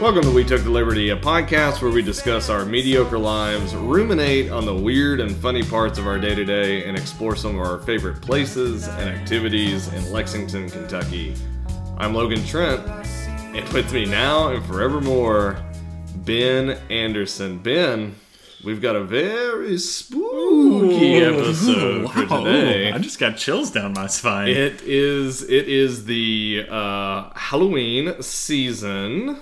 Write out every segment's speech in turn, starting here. Welcome to We Took the Liberty, a podcast where we discuss our mediocre lives, ruminate on the weird and funny parts of our day to day, and explore some of our favorite places and activities in Lexington, Kentucky. I'm Logan Trent, and with me now and forevermore, Ben Anderson. Ben, we've got a very spooky episode for Wow. today. I just got chills down my spine. It is it is the uh, Halloween season.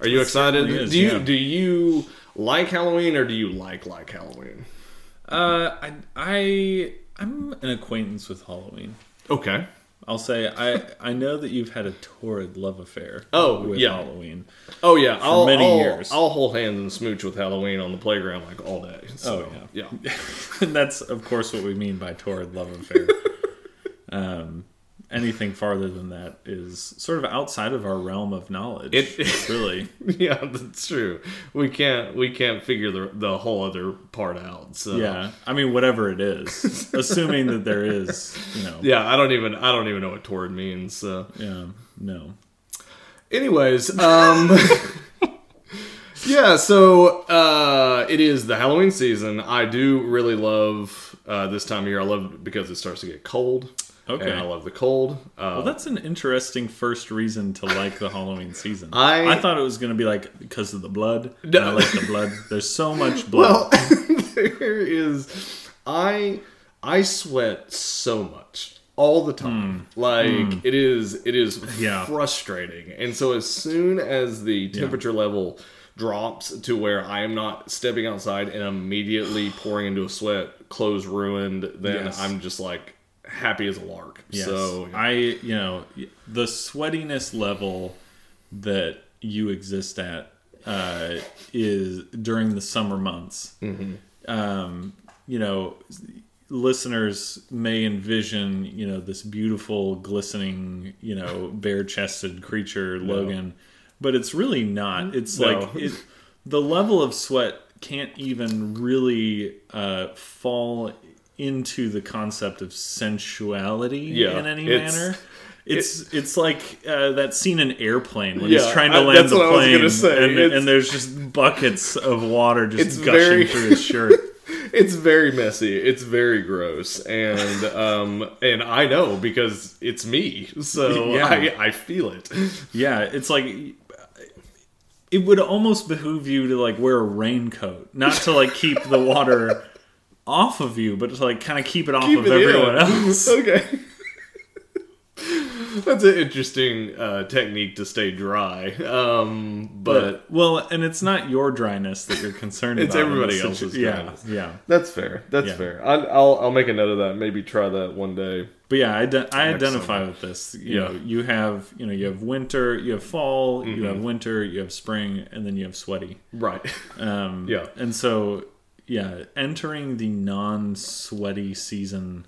Are you excited? certainly is, do you yeah. do you like Halloween or do you like like Halloween? Uh, I, I, I'm an acquaintance with Halloween. Okay. I'll say I, I know that you've had a torrid love affair. Oh, with yeah. Halloween. Oh yeah, I'll, many I'll- years. I'll hold hands and smooch with Halloween on the playground like all day. So, Oh, yeah. Yeah. and that's of course what we mean by torrid love affair. um, anything farther than that is sort of outside of our realm of knowledge. It- really. Yeah, that's true. We can't we can't figure the the whole other part out. So Yeah, I mean whatever it is, assuming that there is, you know. Yeah, I don't even I don't even know what toward means. So yeah no. Anyways, um Yeah, so uh it is the Halloween season. I do really love uh this time of year. I love it because it starts to get cold. Okay. And I love the cold. Uh Well, that's an interesting first reason to like the Halloween season. I- thought it was going to be like because of the blood. No. and I like the blood. There's so much well blood. there is I I sweat so much all the time. Like it is it is Hmm. Yeah. frustrating. And so as soon as the temperature level drops to where I am not stepping outside and immediately pouring into a sweat, clothes ruined, then Yes. I'm just like happy as a lark. Yes. So I, you know, the sweatiness level that you exist at uh, is during the summer months. Um, you know, listeners may envision, you know, this beautiful, glistening, you know, bare-chested creature, Logan, but it's really not. It's No. like it, the level of sweat can't even really uh, fall into the concept of sensuality Yeah, in any it's- manner. It's it's like uh, that scene in Airplane when Yeah, he's trying to I- land that's the what I was plane, gonna say. and, It's- and there's just buckets of water It's just gushing very- through his shirt. it's very messy. It's very gross, and um, and I know because it's me. So Yeah. I, I feel it. Yeah, it's like it would almost behoove you to like wear a raincoat, not to like keep the water off of you, but to like kind of keep it off it of in. everyone else. okay. That's an interesting uh, technique to stay dry. Um, but But well, and it's not your dryness that you're concerned It's about. in everybody this else's situ- yeah, dryness. yeah. that's fair. That's Yeah. fair. I, I'll I'll make a note of that. Maybe try that one day. But yeah, I, de- I identify with this. You Yeah. know, you have you know you have winter, you have fall, you Mm-hmm. have winter, you have spring, and then you have sweaty. Right. Um, Yeah. And so, yeah, entering the non sweaty season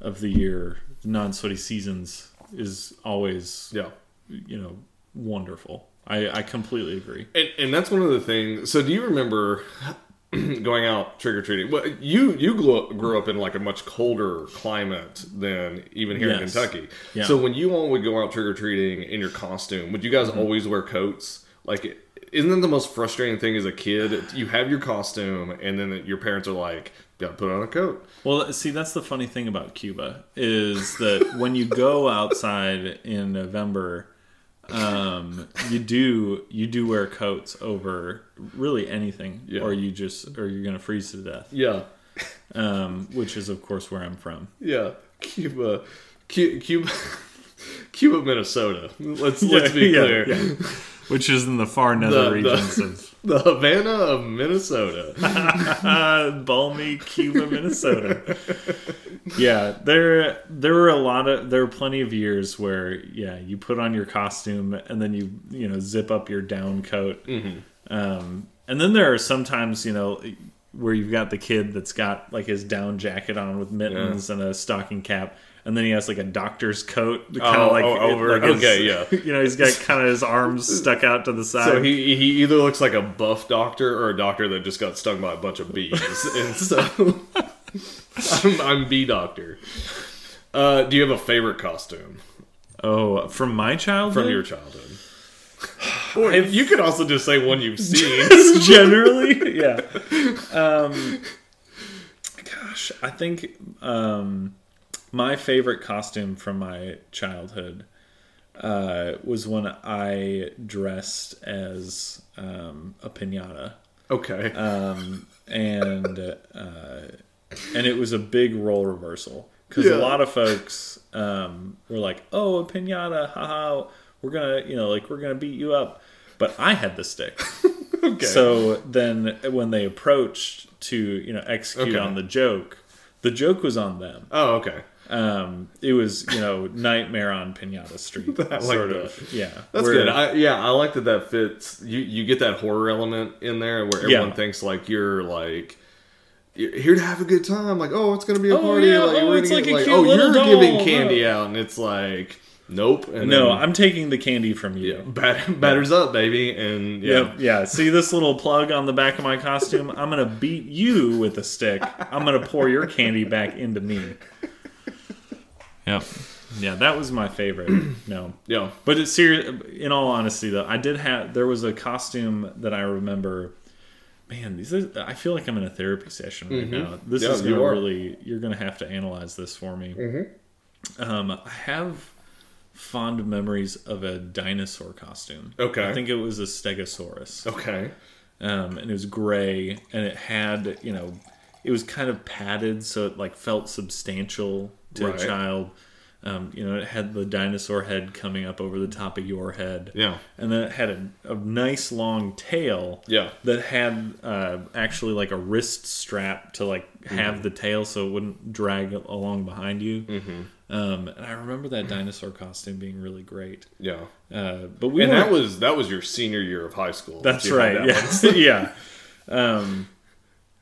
of the year, non sweaty seasons is always, Yeah. you know, wonderful. I, I completely agree. And, and that's one of the things. So, do you remember going out trick or treating? Well, you you grew up, grew up in like a much colder climate than even here in Yes. Kentucky. Yeah. So, when you all would go out trick or treating in your costume, would you guys Mm-hmm. always wear coats? Like, isn't that the most frustrating thing as a kid? You have your costume, and then your parents are like, "Gotta put on a coat." Well, see, that's the funny thing about Cuba is that when you go outside in November, um, you do you do wear coats over really anything, Yeah. or you just or you're gonna freeze to death, Yeah, um, which is of course where I'm from. yeah. Cuba, Cu- Cuba, Cuba, Minnesota. Let's let's be Yeah, clear. yeah. Which is in the far The- nether the- regions of The Havana of Minnesota. uh, balmy Cuba, Minnesota. yeah, there there were a lot of there were plenty of years where yeah you put on your costume and then you you know zip up your down coat, Mm-hmm. um, and then there are sometimes you know where you've got the kid that's got like his down jacket on with mittens and a stocking cap. And then he has like a doctor's coat, kind Oh, of like oh, over- like his- okay, yeah. You know, he's got kind of his arms stuck out to the side. So he he either looks like a buff doctor or a doctor that just got stung by a bunch of bees, and so I'm, I'm bee doctor. Uh, do you have a favorite costume Oh, from my childhood? from your childhood? Or you could also just say one you've seen. generally yeah um gosh i think um my favorite costume from my childhood uh was when i dressed as um a piñata okay. um and uh and it was a big role reversal because Yeah. a lot of folks um were like oh a piñata haha we're gonna you know like we're gonna beat you up but i had the stick okay. so then when they approached to, you know, execute Okay. on the joke, the joke was on them. oh, okay. Um, it was, you know, nightmare on Pinata Street. I like sort that. of. Yeah. That's where- good. I, yeah, I like that. That fits. You you get that horror element in there where everyone Yeah. thinks like you're like you're here to have a good time. Like oh, it's gonna be a Oh, party. yeah. Like, Oh, we're it's gonna like get, a cute oh, you're little giving doll. candy No. out, and it's like nope. And no, then I'm taking the candy from you. yeah, bat, batters up, baby, and yeah, Yep, yeah. See this little plug on the back of my costume? I'm gonna beat you with a stick. I'm gonna pour your candy back into me. Yep. Yeah, that was my favorite. No. yeah. But it's serious. In all honesty, though, I did have there was a costume that I remember. Man, these are, I feel like I'm in a therapy session right now. This Mm-hmm. Yeah, is you gonna are. really you're gonna have to analyze this for me. Mm-hmm. Um, I have fond memories of a dinosaur costume. Okay. I think it was a Stegosaurus, Okay. um, and it was gray, and it had you know, it was kind of padded, so it like felt substantial to Right. a child. Um, you know, it had the dinosaur head coming up over the top of your head. Yeah. And then it had a, a nice long tail. Yeah. That had uh, actually like a wrist strap to like have Mm-hmm. the tail so it wouldn't drag along behind you. Mm-hmm. Um, and I remember that dinosaur costume being really great. Yeah. Uh, but we And weren't- that was that was your senior year of high school. that's You had right. that one. Yes. yeah. Um,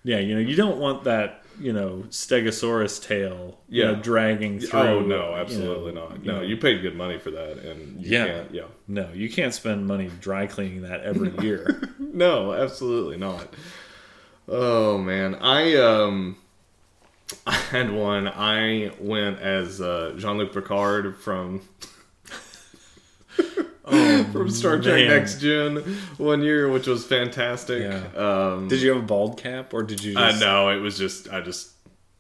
yeah. You know, you don't want that. You know, Stegosaurus tail. you Yeah. know, dragging through. Oh no, you absolutely know, not. you No, know. you paid good money for that, and you Yeah. can't- yeah. No, you can't spend money dry cleaning that every year. No, absolutely not. Oh man, I um, I had one. I went as uh, Jean Luc Picard from Oh, from Star Trek man. Next Gen one year, which was fantastic. Yeah. Um, Did you have a bald cap, or did you? I Just... know it was just I just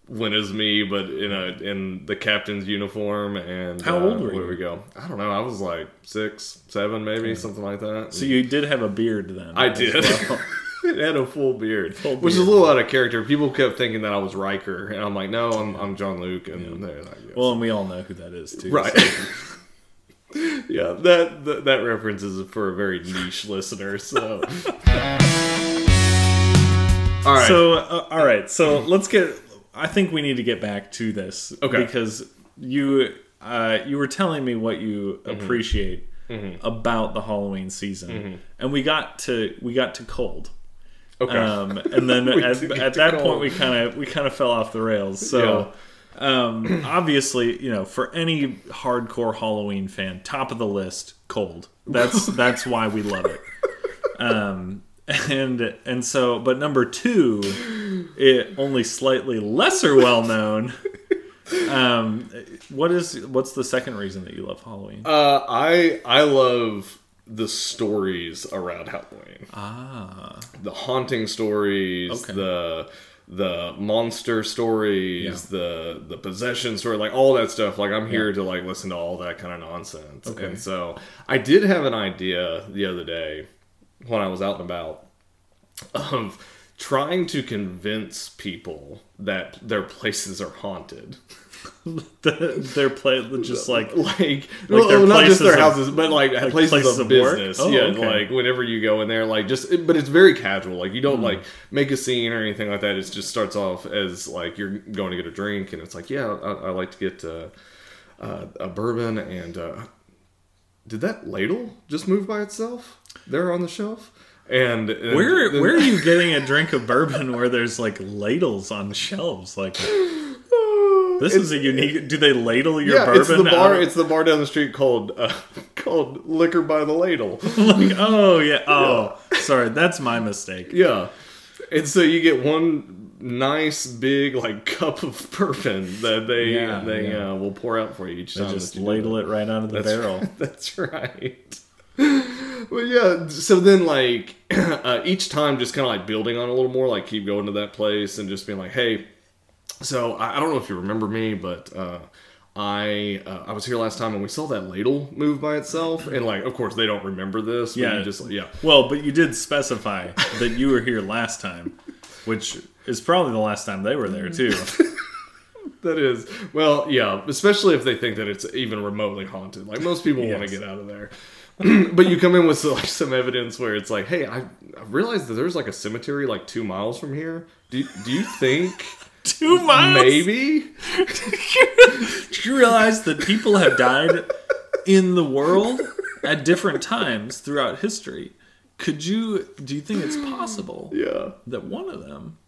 went as me, but in a in the captain's uniform. And How uh, old were where you? we go? I don't know. I was like six, seven, maybe something like that. So you did have a beard then. I as did. well. it had a full beard, Full which is a beard. little out of character. People kept thinking that I was Riker, and I'm like, no, I'm, I'm John Luke, and they're like, yes. well, and we all know who that is too. right. so- yeah, that, that that reference is for a very niche listener. So, all right, So, uh, all right. So let's get. I think we need to get back to this. Okay. Because you uh, you were telling me what you appreciate about the Halloween season, and we got to we got to cold. okay, Um, and then at, did get at to that cold. point, we kind of we kind of fell off the rails. So. Um, obviously, you know, for any hardcore Halloween fan, top of the list, cold. That's that's why we love it Um, and and so but number two it only slightly lesser well known um what is what's the second reason that you love halloween uh, I I love the stories around Halloween. ah the haunting stories, Okay. the the monster stories, the the possession story, like all that stuff. Like I'm here to like listen to all that kind of nonsense. Okay. And so I did have an idea the other day when I was out and about of trying to convince people that their places are haunted. they're play just like like, Like their well, not just places their of- houses, but like, places, places of, of work? business. Oh, yeah, okay. like whenever you go in there, like just, but it's very casual. Like you don't Hmm. like make a scene or anything like that. It just starts off as like you're going to get a drink, and it's like, yeah, I, I like to get uh, uh, a bourbon. And uh, did that ladle just move by itself there on the shelf? And, and where then- where are you getting a drink of bourbon where there's like ladles on shelves like this is a unique do they ladle your yeah, bourbon it's the bar. out? It's the bar down the street called uh, called Liquor by the Ladle. like oh yeah oh sorry that's my mistake Yeah. And so you get one nice big like cup of bourbon that they Yeah, they yeah. Uh, will pour out for you each They time. just that you do ladle it right out of the that. barrel That's right. Well, yeah. So then, like, uh, each time, just kind of like building on a little more, like keep going to that place and just being like, hey. So I, I don't know if you remember me, but uh, I uh, I was here last time and we saw that ladle move by itself, and like, of course, they don't remember this. But Yeah. You just yeah. Well, but you did specify that you were here last time, which is probably the last time they were there too. That is well, yeah. Especially if they think that it's even remotely haunted. Like most people want Yes. to get out of there, but you come in with like some evidence where it's like, hey, I, I realized that there's like a cemetery like two miles from here. Do do you think Two miles. maybe? Did you realize that people have died in the world at different times throughout history? Could you? Do you think it's possible Yeah. that one of them,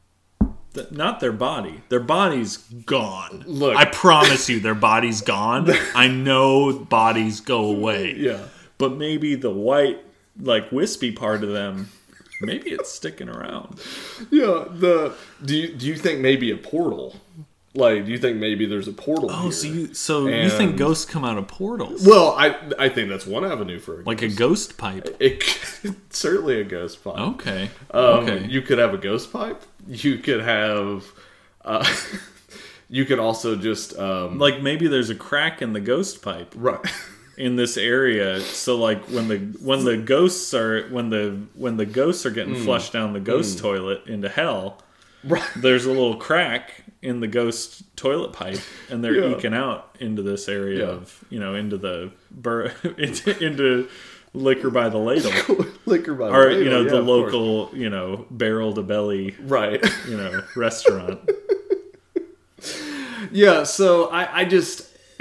that not their body, their body's gone? Look. I promise you, their body's gone. I know bodies go away. Yeah. but maybe the white, like wispy part of them, maybe it's sticking around. Yeah. The do you do you think maybe a portal? Like, do you think maybe there's a portal? Oh, so here? you so you And- think ghosts come out of portals, Well, I I think that's one avenue for it. like a ghost pipe? it, certainly a ghost pipe. Okay, Um, okay. You could have a ghost pipe. You could have. Uh, you could also just um, like maybe there's a crack in the ghost pipe right. in this area, so like when the when the ghosts are when the when the ghosts are getting Hmm. flushed down the ghost toilet into hell, right. there's a little crack in the ghost toilet pipe and they're Yeah. eking out into this area Yeah. of you know into the bur- into, into liquor by the ladle Liquor by or ladle, you know yeah, the of course. local you know barrel to belly right. you know restaurant yeah. So I I just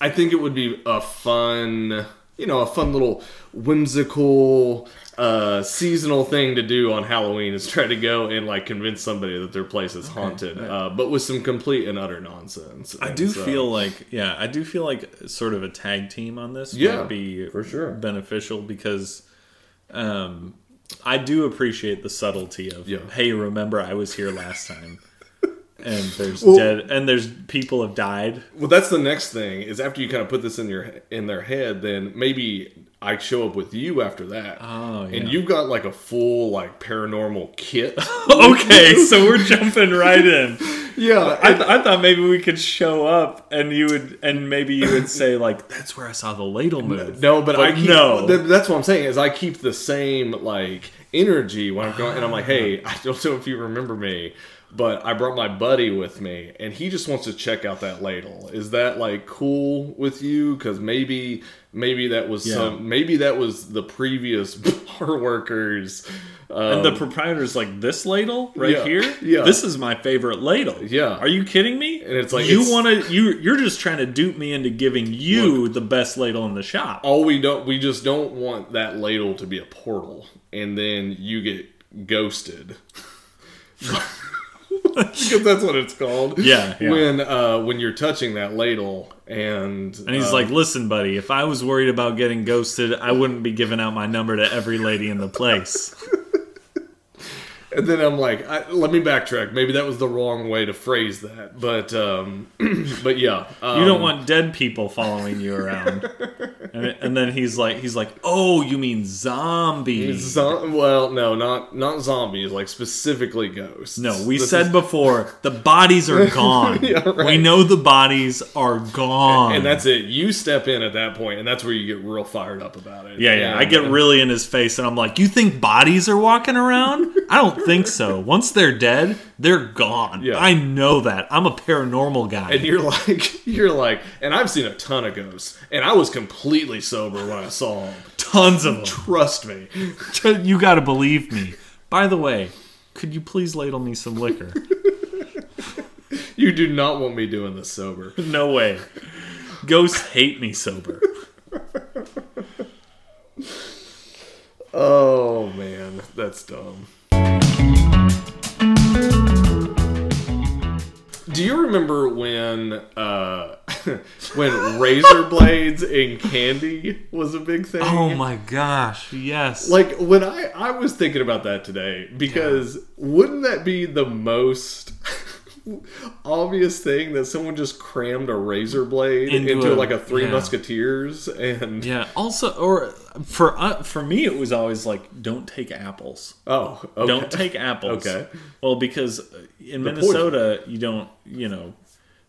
I think it would be a fun you know a fun little whimsical uh seasonal thing to do on halloween is try to go and like convince somebody that their place is haunted uh, but with some complete and utter nonsense i do feel like yeah i do feel like sort of a tag team on this Yeah, would be for sure. beneficial because um i do appreciate the subtlety of Yeah. hey remember i was here last time and there's Well- dead and there's people have died Well, that's the next thing is after you kind of put this in your in their head, then maybe I show up with you after that, Oh, yeah. and you've got like a full like paranormal kit. okay, so we're jumping right in. yeah, I, th- I thought maybe we could show up and you would, and maybe you would say like, "That's where I saw the ladle move." no, but, I keep, no. th- that's what I'm saying is I keep the same like energy when I'm going, and I'm like, hey, I don't know if you remember me. But I brought my buddy with me, and he just wants to check out that ladle. Is that like cool with you? Because maybe, maybe that was Yeah. some, maybe that was the previous bar workers. Um, and the proprietor's like, "This ladle right Yeah, here, yeah. this is my favorite ladle." Yeah. are you kidding me? And it's like, you it's- want to you you're just trying to dupe me into giving you the best ladle in the shop. all we don't we just don't want that ladle to be a portal and then you get ghosted because that's what it's called Yeah, yeah. when uh when you're touching that ladle and uh, And he's like, "Listen, buddy, if I was worried about getting ghosted, I wouldn't be giving out my number to every lady in the place." and then i'm like I, let me backtrack maybe that was the wrong way to phrase that but um but yeah um, You don't want dead people following you around. and, and then he's like, he's like, oh, you mean zombies? zo- well no not not zombies like specifically ghosts No, we This said is- before the bodies are gone. Yeah, right. We know the bodies are gone. and that's it you step in at that point and that's where you get real fired up about it yeah, yeah. I And- get really in his face, and I'm like, "You think bodies are walking around? I don't think so. Once they're dead, they're gone. Yeah. I know that. I'm a paranormal guy. and you're like you're like and i've seen a ton of ghosts and i was completely sober when i saw them Tons of trust me them. you got to believe me. By the way, could you please ladle me some liquor? you do not want me doing this sober No way. Ghosts hate me sober. oh man that's dumb do you remember when uh when razor blades and candy was a big thing Oh my gosh, yes. Like when I I was thinking about that today because wouldn't that be the most obvious thing that someone just crammed a razor blade into, Into a- like a Three yeah. Musketeers and Yeah. Also, or for uh, for me, it was always like, don't take apples. oh, okay. Don't take apples. Okay. Well, because in Minnesota, you don't, you know,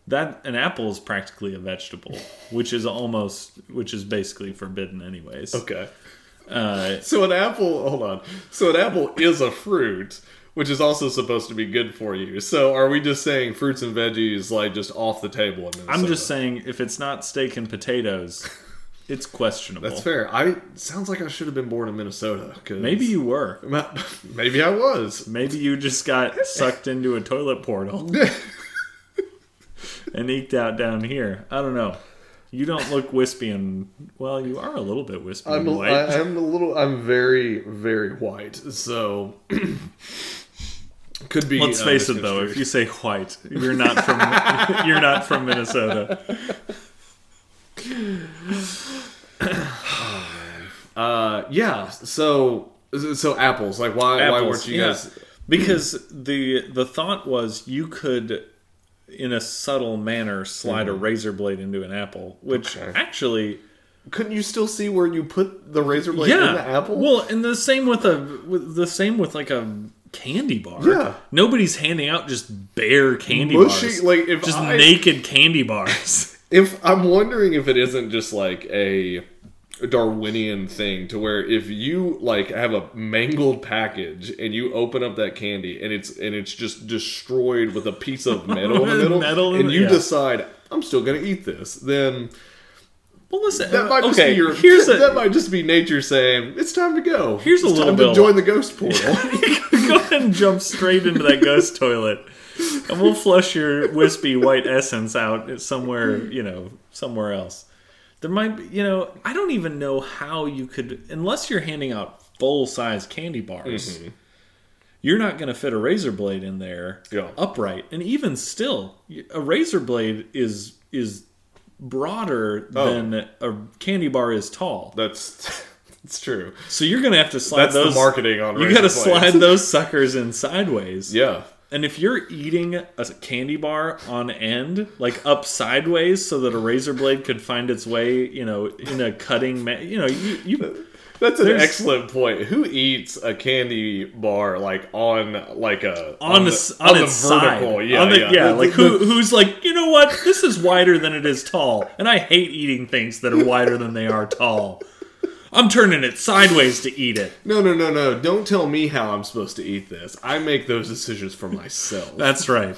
that an apple is practically a vegetable, which is almost, which is basically forbidden, anyways. okay. Uh, So an apple, hold on. So an apple is a fruit, which is also supposed to be good for you. So are we just saying fruits and veggies like just off the table? In Minnesota? I'm just saying, if it's not steak and potatoes, it's questionable. that's fair. I sounds like I should have been born in Minnesota. 'cause- Maybe you were. maybe I was. Maybe you just got sucked into a toilet portal and eked out down here. I don't know. You don't look wispy and well, you are a little bit wispy I'm and a, white. I, I'm a little. I'm very very white. So could be. Let's uh, face it though, if you say white, you're not from you're not from Minnesota. Uh, yeah. So so apples. Like why why Apples, weren't you yeah. guys? Because the the thought was you could in a subtle manner slide a razor blade into an apple, which Mm-hmm. Okay. actually Couldn't you still see where you put the razor blade in the apple? Well, and the same with a with the same with like a candy bar. Yeah. Nobody's handing out just bare candy Mushy- bars. like, if just I- naked candy bars. if I'm wondering if it isn't just like a Darwinian thing to where if you like have a mangled package and you open up that candy and it's and it's just destroyed with a piece of metal in the middle Metal in and it, you yeah. decide I'm still gonna eat this, then well, listen. that might just okay, be your here's that a might just be nature saying it's time to go. Here's a It's little time bit to of- join the ghost portal. go ahead and jump straight into that ghost toilet, and we'll flush your wispy white essence out somewhere. You know, somewhere else. There might be, you know, I don't even know how you could, unless you're handing out full size candy bars, Mm-hmm. you're not going to fit a razor blade in there Yeah. upright. And even still, a razor blade is is broader Oh. than a candy bar is tall. that's that's true. So you're going to have to slide That's those. the marketing on you razor got to blades. slide those suckers in sideways. Yeah. And if you're eating a candy bar on end, like up sideways, so that a razor blade could find its way, you know, in a cutting, ma- you know, you, you That's an There's- excellent point. Who eats a candy bar like on like a on the s- on, its side, Yeah, on the- yeah, like who who's like, you know what, this is wider than it is tall, and I hate eating things that are wider than they are tall. I'm turning it sideways to eat it. No, no, no, no! Don't tell me how I'm supposed to eat this. I make those decisions for myself. That's right.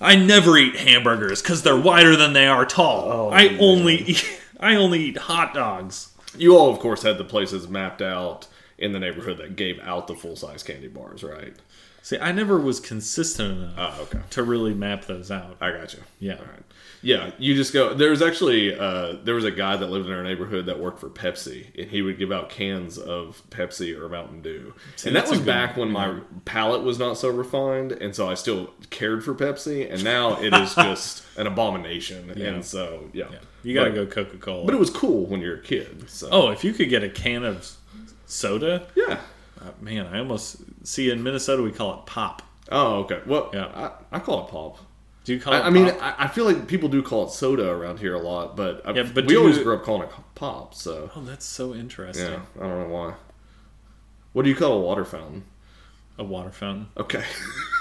I never eat hamburgers because they're wider than they are tall. Oh, I only eat, I only eat hot dogs. you all, of course, had the places mapped out in the neighborhood that gave out the full size candy bars, right? See, I never was consistent enough Oh, okay. to really map those out. I got you. Yeah. All right. Yeah, you just go. There was actually uh, there was a guy that lived in our neighborhood that worked for Pepsi, and he would give out cans of Pepsi or Mountain Dew. and that that's was a good- back when my palate was not so refined, and so I still cared for Pepsi. And now it is just an abomination. And so yeah, You gotta but, go Coca Cola. But it was cool when you're a kid. So oh, if you could get a can of s- soda, yeah. uh, man, I almost see in Minnesota we call it pop. Oh okay. Well, Yeah. I, I call it pop. Do you call I, it? I mean, uh, pop? I, I feel like people do call it soda around here a lot, but, I, Yeah, but we do always you- grew up calling it pop. So oh, that's so interesting. Yeah, I don't know why. What do you call a water fountain? A water fountain. Okay.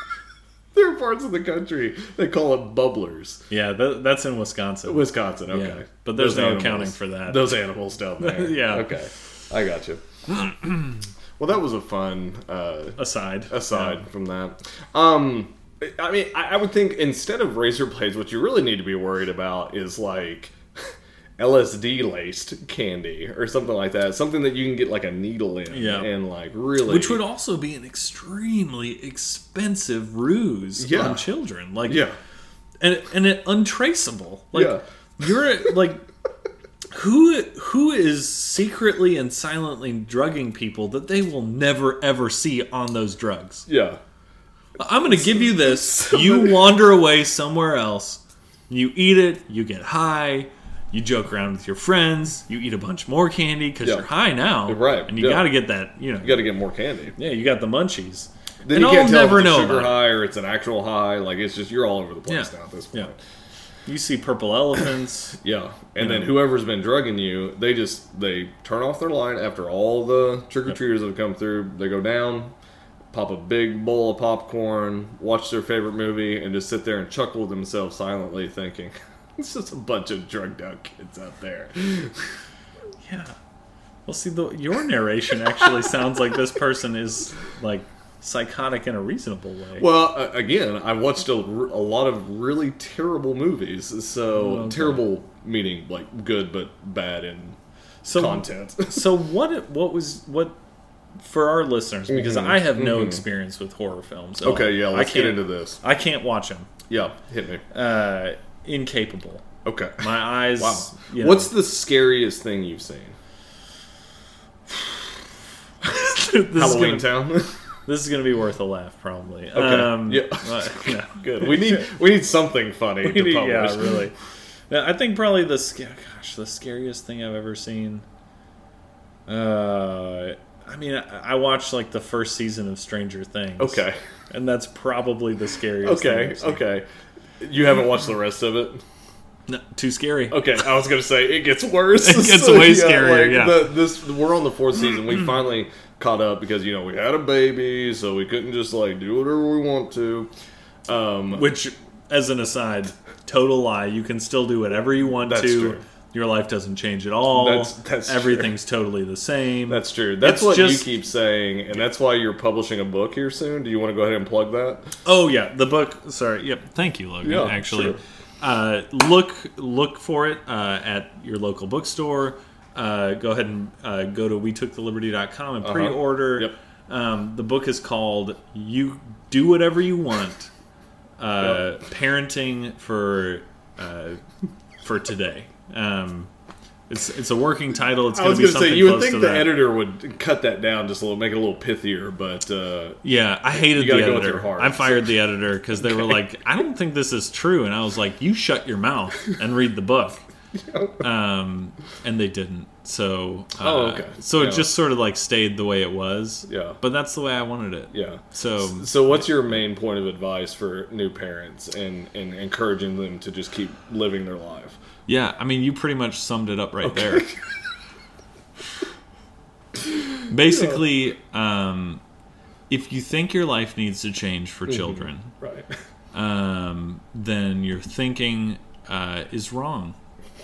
there are parts of the country that call it bubblers. Yeah, tha- that's in Wisconsin. Wisconsin, okay. Yeah, but there's Those no animals. accounting for that. Those animals down there. Yeah. Okay. I got you. well, that was a fun uh, aside, aside from that. Um, I mean, I, I would think instead of razor blades, what you really need to be worried about is like LSD laced candy or something like that. Something that you can get like a needle in Yeah. and like really. which would also be an extremely expensive ruse Yeah. on children. Like, Yeah. and and it untraceable. Like Yeah. you're like who who is secretly and silently drugging people that they will never ever see on those drugs. Yeah. I'm going to give you this. You wander away somewhere else. You eat it, you get high, you joke around with your friends, you eat a bunch more candy cuz Yeah. you're high now. Right, And you yeah. got to get that, you know. You got to get more candy. yeah, you got the munchies. And Then you can't I'll tell never if it's a know sugar about it. high or it's an actual high. Like it's just you're all over the place Yeah. now at this Yeah. point. You see purple elephants. Yeah, and then whoever's been drugging you, they just they turn off their line after all the trick or treaters have come through. They go down, pop a big bowl of popcorn, watch their favorite movie, and just sit there and chuckle to themselves silently, thinking, "It's just a bunch of drugged out kids out there." yeah. Well, see, the, your narration actually sounds like this person is like psychotic in a reasonable way. Well, uh, again, I watched a, r- a lot of really terrible movies, so Okay. terrible meaning like good but bad in so, content. so what? What was what? For our listeners, because I have no experience with horror films. at all. Mm-hmm, okay, yeah, I let's get can't- into this. I can't watch them. Yeah, hit me. Uh, incapable. Okay. My eyes. Wow. you know- What's the scariest thing you've seen? this is Halloween gonna- Town. This is going to be worth a laugh, probably. Okay. Um, Yeah. uh, yeah. Good. We need we need something funny to publish. yeah, really. Yeah, I think probably the sca- gosh, the scariest thing I've ever seen. Uh, I mean, I, I watched like the first season of Stranger Things. Okay. And that's probably the scariest. thing Okay. I've seen. Okay. You haven't watched the rest of it. No, too scary. Okay, I was gonna say it gets worse. It gets way scarier, yeah. the- this we're on the fourth season. We finally caught up because you know we had a baby, so we couldn't just like do whatever we want to. Um, Which, as an aside, total lie. You can still do whatever you want That's to. true. Your life doesn't change at all. That's- that's true. Everything's totally the same. that's true. That's It's what just- you keep saying, and that's why you're publishing a book here soon. Do you want to go ahead and plug that? Oh yeah, the book. Sorry. Yep. Thank you, Logan. Yeah, actually, sure. uh, look look for it uh, at your local bookstore. Uh, go ahead and uh, go to wetooktheliberty.com and pre-order. Uh-huh. Yep. Um, the book is called "You Do Whatever You Want: uh, Parenting for uh, for Today." Um, it's it's a working title. It's I going was to be gonna something say you would close think to the that. editor would cut that down just a little, make it a little pithier, but uh, Yeah, I hated You the gotta go with editor. your heart. I fired the editor because they were like, "I don't think this is true," and I was like, "You shut your mouth and read the book." um, and they didn't. So, uh, Oh, okay. So Yeah. it just sort of like stayed the way it was. Yeah. But that's the way I wanted it. yeah. So So, what's your main point of advice for new parents and, and encouraging them to just keep living their life? yeah, I mean, you pretty much summed it up right there. Basically, um, if you think your life needs to change for Mm-hmm. children. Right. um, then your thinking uh, is wrong.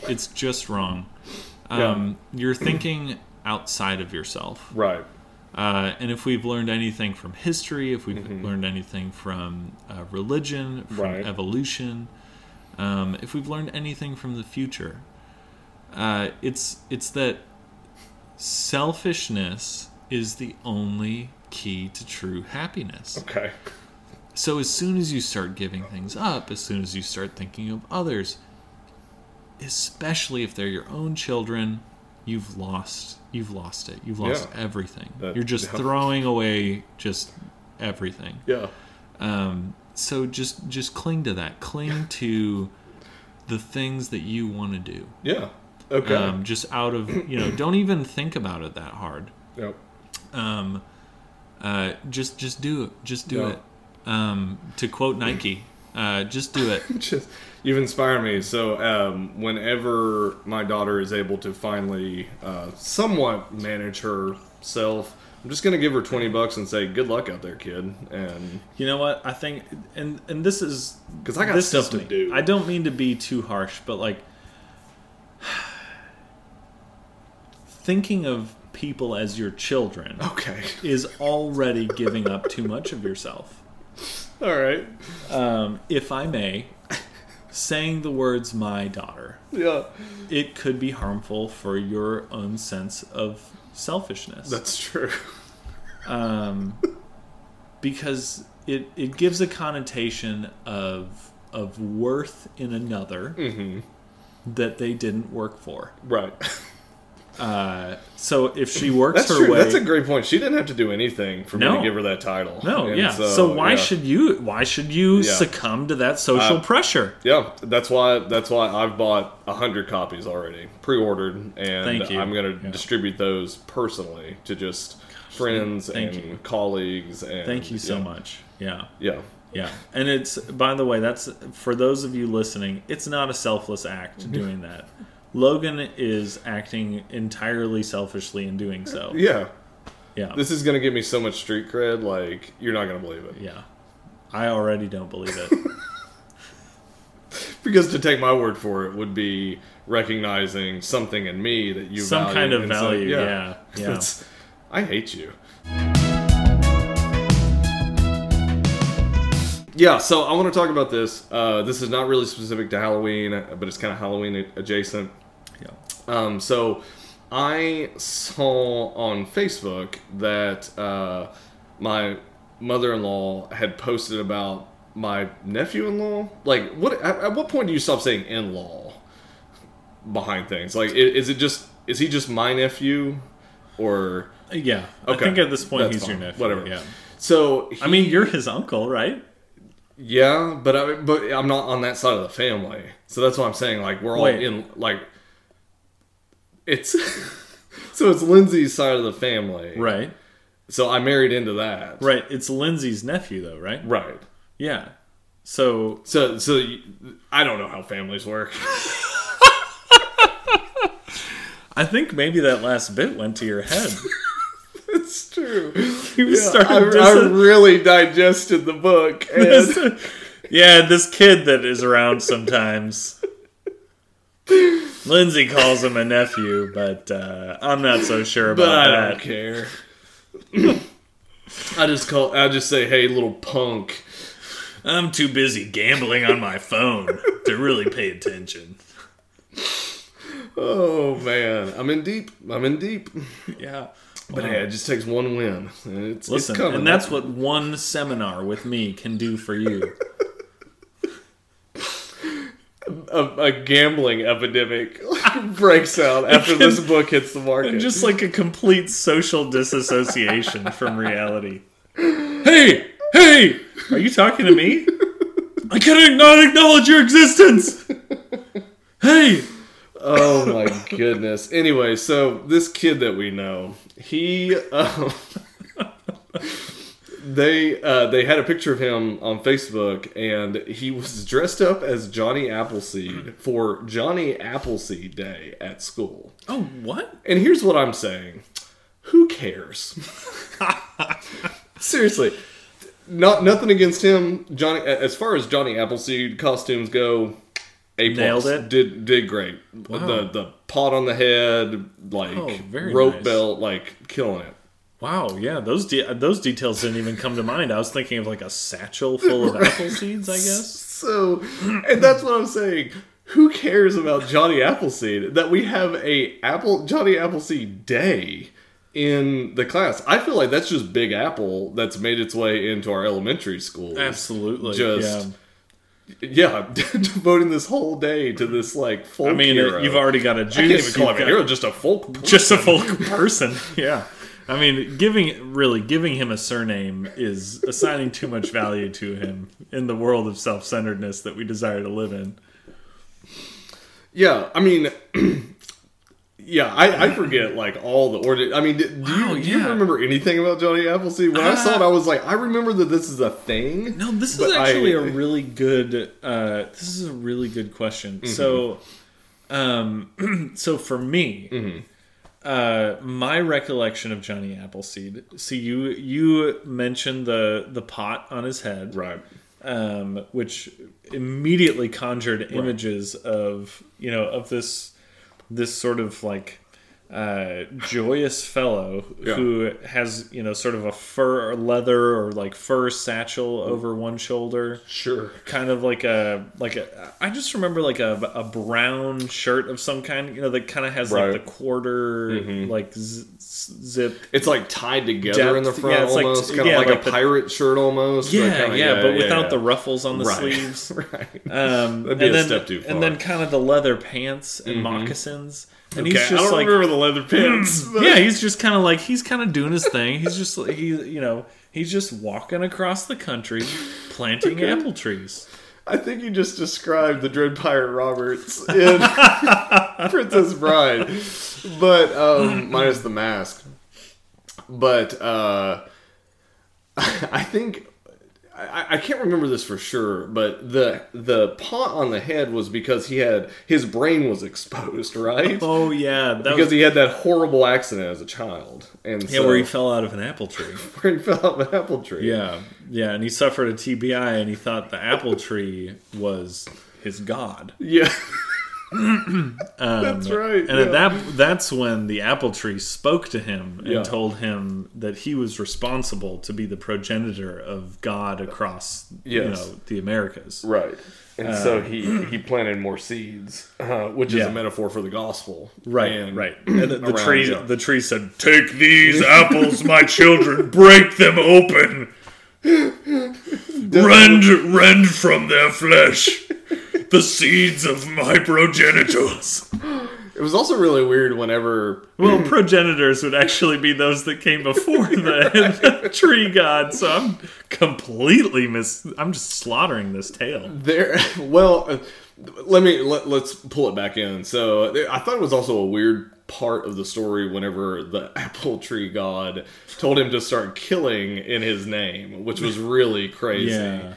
It's just wrong. Um, You're thinking outside of yourself. Right. Uh, and if we've learned anything from history, if we've learned anything from uh, religion, from Right. evolution, um, if we've learned anything from the future, uh, it's it's that selfishness is the only key to true happiness. Okay. So as soon as you start giving things up, as soon as you start thinking of others, especially if they're your own children, you've lost you've lost it. You've lost Yeah. everything. That- You're just yeah. throwing away just everything. Yeah. Um, so just just cling to that. Cling to the things that you want to do. Yeah. Okay. Um, just out of you know, don't even think about it that hard yep. um, uh, just just do it. Just do Yeah. it. Um, to quote Nike, uh, just do it. Just you've inspired me. So um, whenever my daughter is able to finally uh, somewhat manage herself, I'm just gonna give her 20 bucks and say, "Good luck out there, kid." And You know what? I think, and and this is 'Cause I got this stuff is to me. do. I don't mean to be too harsh, but like thinking of people as your children okay. is already giving up too much of yourself. All right. Um, if I may, saying the words "my daughter." Yeah. it could be harmful for your own sense of selfishness That's true. um, because it it gives a connotation of of Mm-hmm. worth in another that they didn't work for Right. Uh, so if she works That's her true. way, That's a great point. She didn't have to do anything for me No. to give her that title. no, And yeah. So, why yeah. should you? Why should you Yeah. Uh, succumb to that social pressure? Yeah, that's why. That's why I've bought a hundred copies already, pre-ordered, and Thank you. I'm going to distribute those personally to just friends thank and you. colleagues. And Thank you so yeah. much. Yeah. Yeah, Yeah. And it's by the way, that's for those of you listening, it's not a selfless act Mm-hmm. doing that. Logan is acting entirely selfishly in doing so. yeah. Yeah. This is going to give me so much street cred. Like you're not going to believe it. Yeah. I already don't believe it. Because to take my word for it would be recognizing something in me that you Some value kind of and so- value, yeah, yeah. That's- I hate you. Yeah, so I want to talk about this. Uh, this is not really specific to Halloween, but it's kind of Halloween adjacent. yeah. Um, so I saw on Facebook that uh, my mother-in-law had posted about my nephew-in-law. Like, what? At, at what point do you stop saying in-law behind things? Like, i- is it just is he just my nephew, or Yeah. I Okay. think at this point That's he's your fine. nephew. Whatever. Yeah. so? I mean, you're his uncle, right? yeah, but I, but I'm not on that side of the family, so that's why I'm saying. Like, we're all Wait. in like it's. So it's Lindsay's side of the family. Right. So I married into that. Right. It's Lindsay's nephew though, right? Right. Yeah. So So so you, I don't know how families work. I think maybe that last bit went to your head. it's true. You started I, I dissing- really digested the book. And yeah, this kid that is around sometimes. Lindsay calls him a nephew, but uh, I'm not so sure but I about don't that. care. I just call I just say, "Hey little punk." I'm too busy gambling on my phone to really pay attention. Oh man, I'm in deep. I'm in deep. Yeah. But hey, it just takes one win. And it's, Listen, it's coming. and that's what one seminar with me can do for you. a, a gambling epidemic like, breaks out after this book hits the market. Just like a complete social disassociation from reality. Hey! Hey! Are you talking to me? I cannot not acknowledge your existence! Hey! Oh my goodness. Anyway, so this kid that we know, he um, they uh, they had a picture of him on Facebook, and he was dressed up as Johnny Appleseed for Johnny Appleseed Day at school. Oh, what? And here's what I'm saying: Who cares? Seriously, not nothing against him. Johnny, as far as Johnny Appleseed costumes go, a Nailed plus. it. Did did great. Wow. The the pot on the head, like Oh, very rope nice. belt, like killing it. Wow, yeah, those de- those details didn't even come to mind. I was thinking of like a satchel full of apple seeds, I guess. So, and that's what I'm saying. Who cares about Johnny Appleseed? That we have a Apple Johnny Appleseed day in the class. I feel like that's just Big Apple that's made its way into our elementary school. Absolutely. Just- yeah. Yeah, devoting this whole day to this like folk. I mean, uh, hero. you've already got a I juice. can't even call you've him a got- hero, just a folk. just a full person. yeah. I mean, giving really giving him a surname is assigning too much value to him in the world of self-centeredness that we desire to live in. Yeah, I mean, yeah, I, I forget like all the order. I mean, do, do you Wow, do yeah. Uh, you remember anything about Johnny Appleseed? When I saw it, I was like, I remember that this is a thing. No, this But is actually I- a really good. Uh, this is a really good question. So, um, so for me, uh, my recollection of Johnny Appleseed. See, you you mentioned the the pot on his head, right. um, which immediately conjured images of you know of this this sort of like uh, joyous fellow Yeah. who has you know sort of a fur or leather or like fur satchel over one shoulder Sure. kind of like a like a I just remember like a, a brown shirt of some kind you know that kind of has Right. Mm-hmm. like the quarter like z- z- zip It's like tied together in the Depth, front yeah, it's like- almost, kind yeah, of like, like a the- pirate shirt almost. yeah, like, kinda- yeah, but without yeah. the ruffles on the Right. sleeves right. That'd Um, be and a then, step too far. Mm-hmm. And then kind of the leather pants and moccasins. and Okay, he's I just don't like, remember the leather pants. but- yeah, he's just kind of like he's kind of doing his thing. He's just like he, you know, he's just walking across the country, planting apple trees. I think you just described the Dread Pirate Roberts in Princess Bride, but um, minus the mask. But uh, I think I, I can't remember this for sure, but the the paw on the head was because he had his brain was exposed, right? Oh yeah, that Because was he had that horrible accident as a child, and yeah, so, where he fell out of an apple tree. where he fell out of an apple tree. Yeah, yeah, and he suffered a TBI, and he thought the apple tree was his god. yeah, Um, that's right. And yeah. at that that's when the apple tree spoke to him and Yeah. told him that he was responsible to be the progenitor of God across you Yes. know the Americas. Right. And so he he planted more seeds, uh, which is Yeah. a metaphor for the gospel. Right, And- right. And the, the around, tree, yeah. the tree said, "Take these apples, my children. Break them open. Rend, rend from their flesh the seeds of my progenitors." It was also really weird whenever Well, progenitors would actually be those that came before the, the tree god. So I'm completely mis. I'm just slaughtering this tale. there. Well, uh, let me let, let's pull it back in. So there- I thought it was also a weird part of the story whenever the apple tree god told him to start killing in his name, which was really crazy. yeah, And-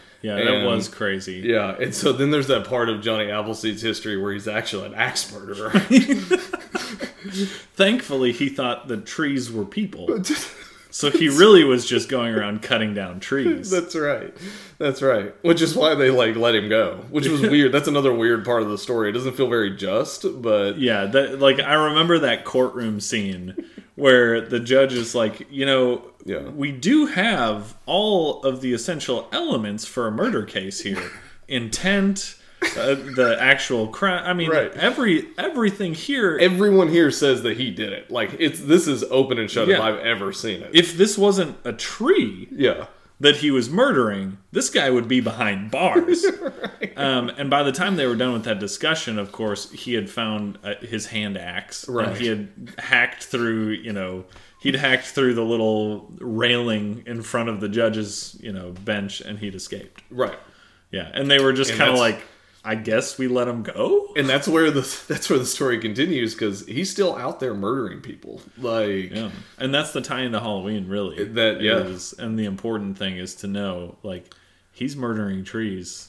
that was crazy. Yeah, and so then there's that part of Johnny Appleseed's history where he's actually an axe murderer. Thankfully, he thought the trees were people. So he really was just going around cutting down trees. That's right. That's right. Which is why they like let him go, which was weird. That's another weird part of the story. It doesn't feel very just, but yeah, that, like I remember that courtroom scene where the judge is like, you know, Yeah. we do have all of the essential elements for a murder case here: intent, uh, the actual crime. I mean, Right. every everything here. everyone here says that he did it. Like it's this is open and shut if Yeah. I've ever seen it. if this wasn't a tree, yeah. that he was murdering, this guy would be behind bars. um, and by the time they were done with that discussion, of course, he had found uh, his hand axe. and Right. he had hacked through, you know, he'd hacked through the little railing in front of the judge's, you know, bench and he'd escaped. Right. Yeah. And they were just And kind of that's- like, I guess we let him go? And that's where the that's where the story continues cuz he's still out there murdering people. Like Yeah. And that's the tie into Halloween, really. That- yeah. is- and the important thing is to know, like, he's murdering trees.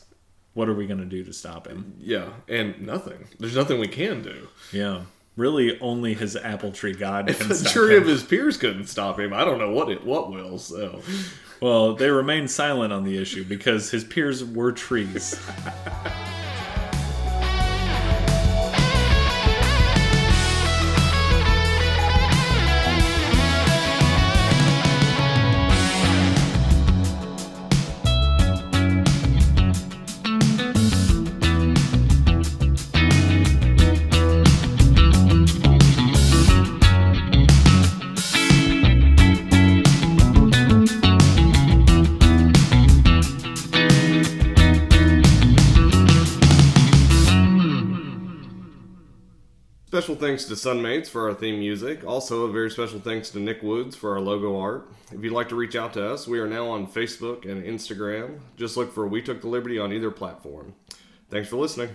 What are we going to do to stop him? yeah, and nothing. There's nothing we can do. Yeah. Really, only his apple tree god can The stop jury him. of his peers couldn't stop him. I don't know what it what will. So Well, they remained silent on the issue because his peers were trees. Special thanks to Sunmates for our theme music. Also, a very special thanks to Nick Woods for our logo art. If you'd like to reach out to us, we are now on Facebook and Instagram. Just look for We Took the Liberty on either platform. Thanks for listening.